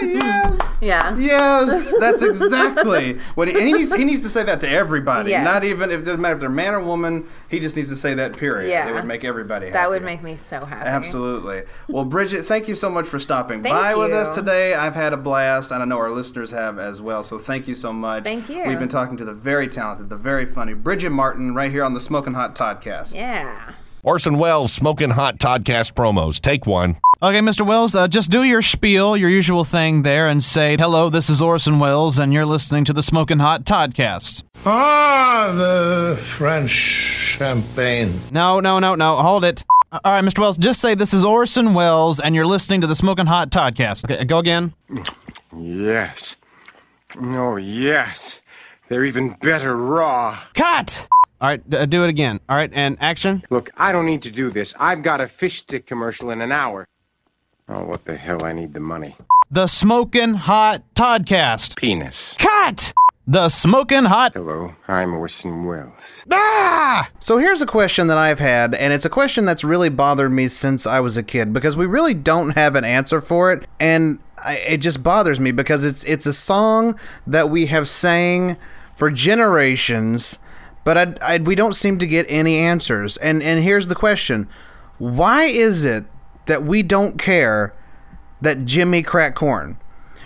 yes. Yeah. Yes, that's exactly what he, and he needs. He needs to say that to everybody. Yes. Not even if it doesn't matter if they're man or woman. He just needs to say that. Period. Yeah. It would make everybody. happy. That would make me so happy. Absolutely. Well, Bridget, thank you so much for stopping Thank by with you. us today. I've had a blast, and I know our listeners have as well. So thank you so much. Thank you. We've been talking to the very talented, the very funny Bridget Martin right here on the Smoking Hot Podcast. Yeah. Orson Welles Smoking Hot Toddcast promos. Take one. Okay, Mr. Wells, uh, just do your spiel, your usual thing there, and say, hello, this is Orson Welles, and you're listening to the Smoking Hot Toddcast. Ah, the French champagne. No, no, no, no, hold it. Uh, All right, Mr. Wells, just say, this is Orson Welles, and you're listening to the Smoking Hot Toddcast. Okay, go again. Yes. Oh, yes. They're even better raw. Cut! All right, d- uh, do it again. All right, and action. Look, I don't need to do this. I've got a fish stick commercial in an hour. Oh, what the hell? I need the money. The Smoking Hot Toddcast. Penis. Cut! The Smoking Hot. Hello, I'm Orson Welles. Ah! So here's a question that I've had, and it's a question that's really bothered me since I was a kid because we really don't have an answer for it, and I, it just bothers me because it's it's a song that we have sang for generations, but I, I, we don't seem to get any answers. And and here's the question: Why is it that we don't care that Jimmy cracked corn?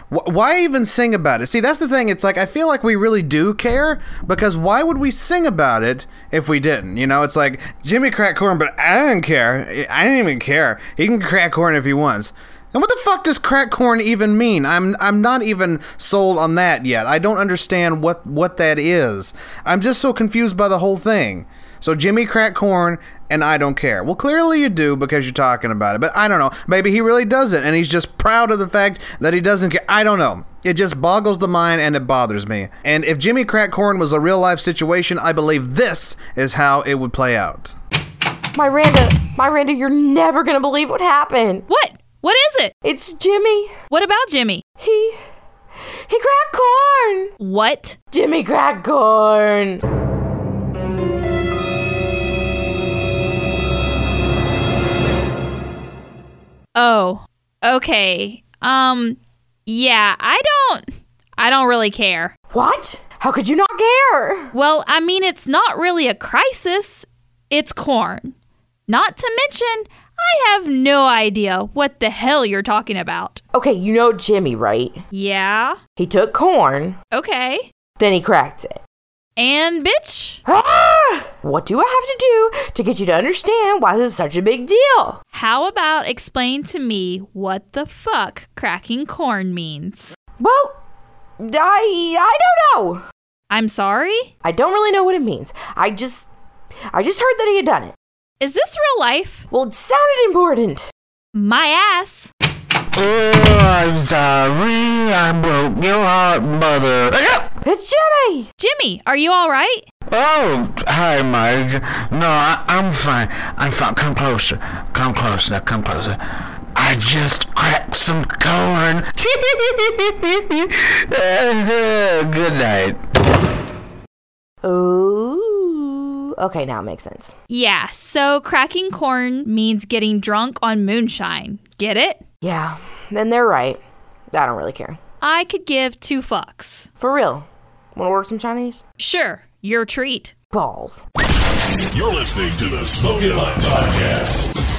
Wh- Why even sing about it? See, that's the thing. It's like I feel like we really do care because why would we sing about it if we didn't? You know, it's like Jimmy cracked corn, but I don't care. I don't even care. He can crack corn if he wants. And what the fuck does crack corn even mean? I'm I'm not even sold on that yet. I don't understand what what that is. I'm just so confused by the whole thing. So Jimmy cracked corn and I don't care. Well, clearly you do because you're talking about it, but I don't know. Maybe he really doesn't and he's just proud of the fact that he doesn't care. I don't know. It just boggles the mind and it bothers me. And if Jimmy cracked corn was a real life situation, I believe this is how it would play out. Miranda, Miranda, you're never gonna believe what happened. What? What is it? It's Jimmy. What about Jimmy? He he cracked corn. What? Jimmy cracked corn. Oh, okay. Um, yeah, I don't, I don't really care. What? How could you not care? Well, I mean, it's not really a crisis. It's corn. Not to mention, I have no idea what the hell you're talking about. Okay, you know Jimmy, right? Yeah. He took corn, Okay. then he cracked it. And bitch, What do I have to do to get you to understand why this is such a big deal? how about explain to me what the fuck cracking corn means? Well, I I don't know. I'm sorry? I don't really know what it means. I just I just heard that he had done it. Is this real life? Well, it sounded important. My ass. Oh, I'm sorry. I broke your heart, mother. It's Jimmy! Jimmy, are you all right? Oh, hi, Mike. No, I, I'm fine. I'm fine. Come closer. Come closer. Now, come closer. I just cracked some corn. Good night. Ooh. Okay, now it makes sense. Yeah, so cracking corn means getting drunk on moonshine. Get it? Yeah, then they're right. I don't really care. I could give two fucks. For real. Wanna order some Chinese? Sure, your treat. Balls. You're listening to the Smoking Hot Toddcast.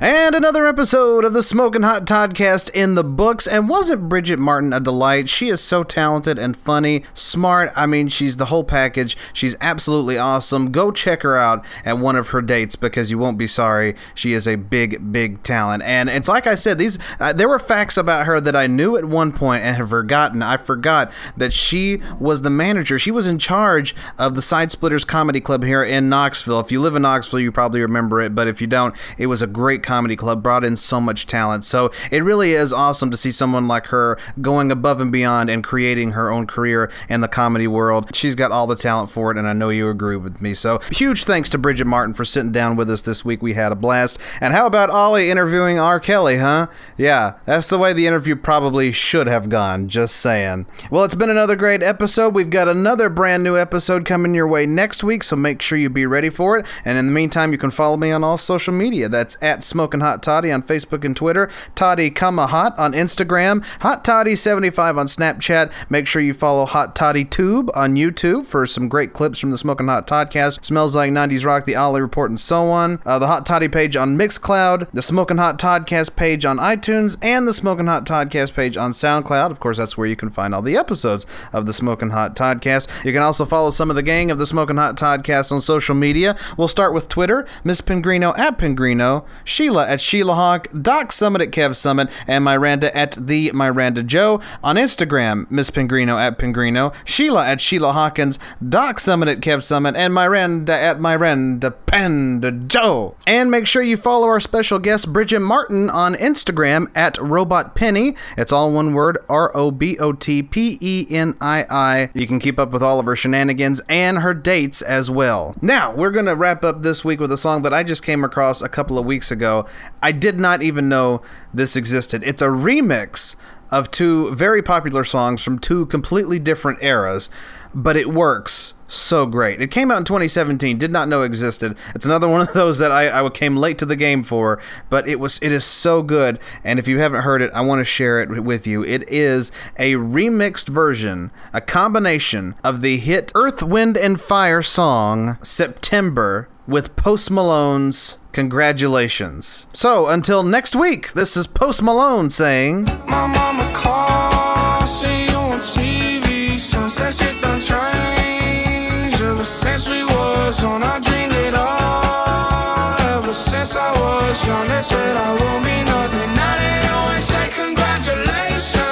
And another episode of the Smoking Hot Toddcast in the books. And wasn't Bridget Martin a delight? She is so talented and funny, smart. I mean, she's the whole package. She's absolutely awesome. Go check her out at one of her dates because you won't be sorry. She is a big, big talent. And it's like I said, these uh, there were facts about her that I knew at one point and have forgotten. I forgot that she was the manager. She was in charge of the Side Splitters Comedy Club here in Knoxville. If you live in Knoxville, you probably remember it, but if you don't, it was a great comedy club, brought in so much talent. So it really is awesome to see someone like her going above and beyond and creating her own career in the comedy world. She's got all the talent for it, and I know you agree with me. So huge thanks to Bridget Martin for sitting down with us this week. We had a blast. And how about Ollie interviewing R. Kelly, huh? Yeah, that's the way the interview probably should have gone, just saying. Well, it's been another great episode. We've got another brand new episode coming your way next week, so make sure you be ready for it. And in the meantime, you can follow me on all social media. That's at Smoking Smoking Hot Toddy on Facebook and Twitter, Toddy comma Hot on Instagram, Hot Toddy 75 on Snapchat. Make sure you follow Hot Toddy Tube on YouTube for some great clips from the Smoking Hot Podcast, Smells Like 90s Rock, The Ollie Report, and so on. Uh, the Hot Toddy page on Mixcloud, the Smoking Hot Podcast page on iTunes, and the Smoking Hot Podcast page on SoundCloud. Of course, that's where you can find all the episodes of the Smoking Hot Podcast. You can also follow some of the gang of the Smoking Hot Podcast on social media. We'll start with Twitter, Miss Pingrino at Pingrino, Sheila at Sheila Hawk, Doc Summit at Kev Summit, and Miranda at the Miranda Joe. On Instagram, Miss Pingrino at Pingrino, Sheila at Sheila Hawkins, Doc Summit at Kev Summit, and Miranda at Miranda Panda Joe. And make sure you follow our special guest, Bridget Martin, on Instagram at Robot Penny. It's all one word R O B O T P E N I I. You can keep up with all of her shenanigans and her dates as well. Now, we're going to wrap up this week with a song that I just came across a couple of weeks ago. I did not even know this existed. It's a remix of two very popular songs from two completely different eras, but it works so great. It came out in 2017, did not know existed. It's another one of those that I, I came late to the game for, but it was it is so good. And if you haven't heard it, I want to share it with you. It is a remixed version, a combination of the hit Earth, Wind, and Fire song September with Post Malone's Congratulations. So until next week, this is Post Malone saying. My mama called, see you on TV. Sunset shit done changed ever since we was on. I dreamed it all ever since I was young. They said I won't be nothing. Now they always say congratulations.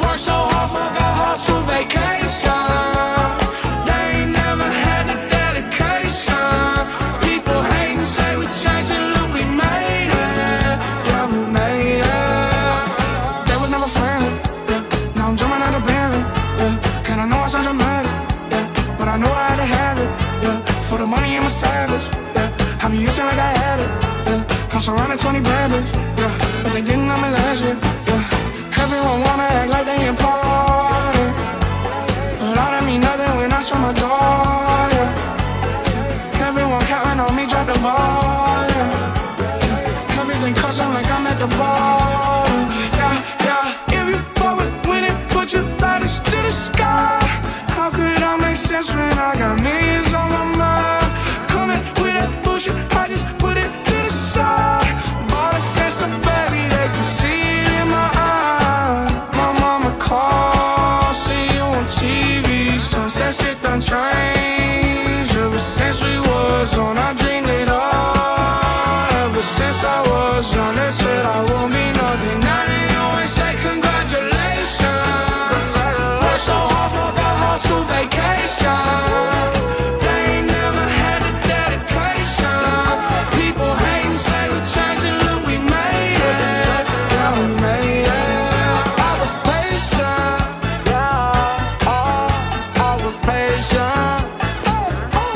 Worked so hard, forgot how to vacation. They ain't never had the dedication. People hate and say we changing, look we made it. Yeah, we made it. They was never friendly. Yeah. Now I'm jumping out of Bentley. Yeah. And I know I sound dramatic. Yeah. But I know I had to have it. Yeah. For the money and my savage. Yeah. I be itching like I had it. Yeah. I'm surrounded 20 bad bitch. Yeah. But they didn't know me last year. Yeah. Everyone wanna act like they important. But I don't mean nothing when I show my door. Yeah. Everyone counting on me, drop the ball. Yeah. Everything custom like I'm at the ball. Yeah, yeah. If you fuck with winning, put your lighters to the sky. How could I make sense when I got millions on my mind? Coming with that bullshit, I just put it to the side. Bought a sense of baby, they can see it in my eye. My mama called, see you on TV. Sunset shit done changed ever since we was on. I dreamed it all ever since I was young. They said I won't be nothing. Now they always say congratulations. Worked so hard, forgot how to vacation. They ain't never had the dedication. People hate and say we're changing, look, we made it. Yeah, we made it. I was patient. Yeah, oh, I was patient.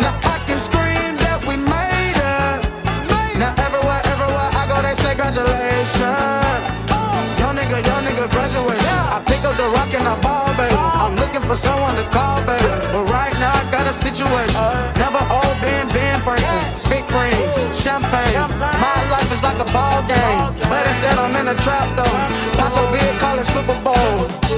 Now I can scream that we made it. Now everywhere, everywhere I go, they say congratulations. Young nigga, young nigga, graduation. I pick up the rock and I ball, baby. I'm looking for someone to call, baby. But right now I got a situation. Never old Ben, Ben Franklin. Big rings, champagne. My life is like a ball game. But instead I'm in a trap though. Paso big, call it Super Bowl.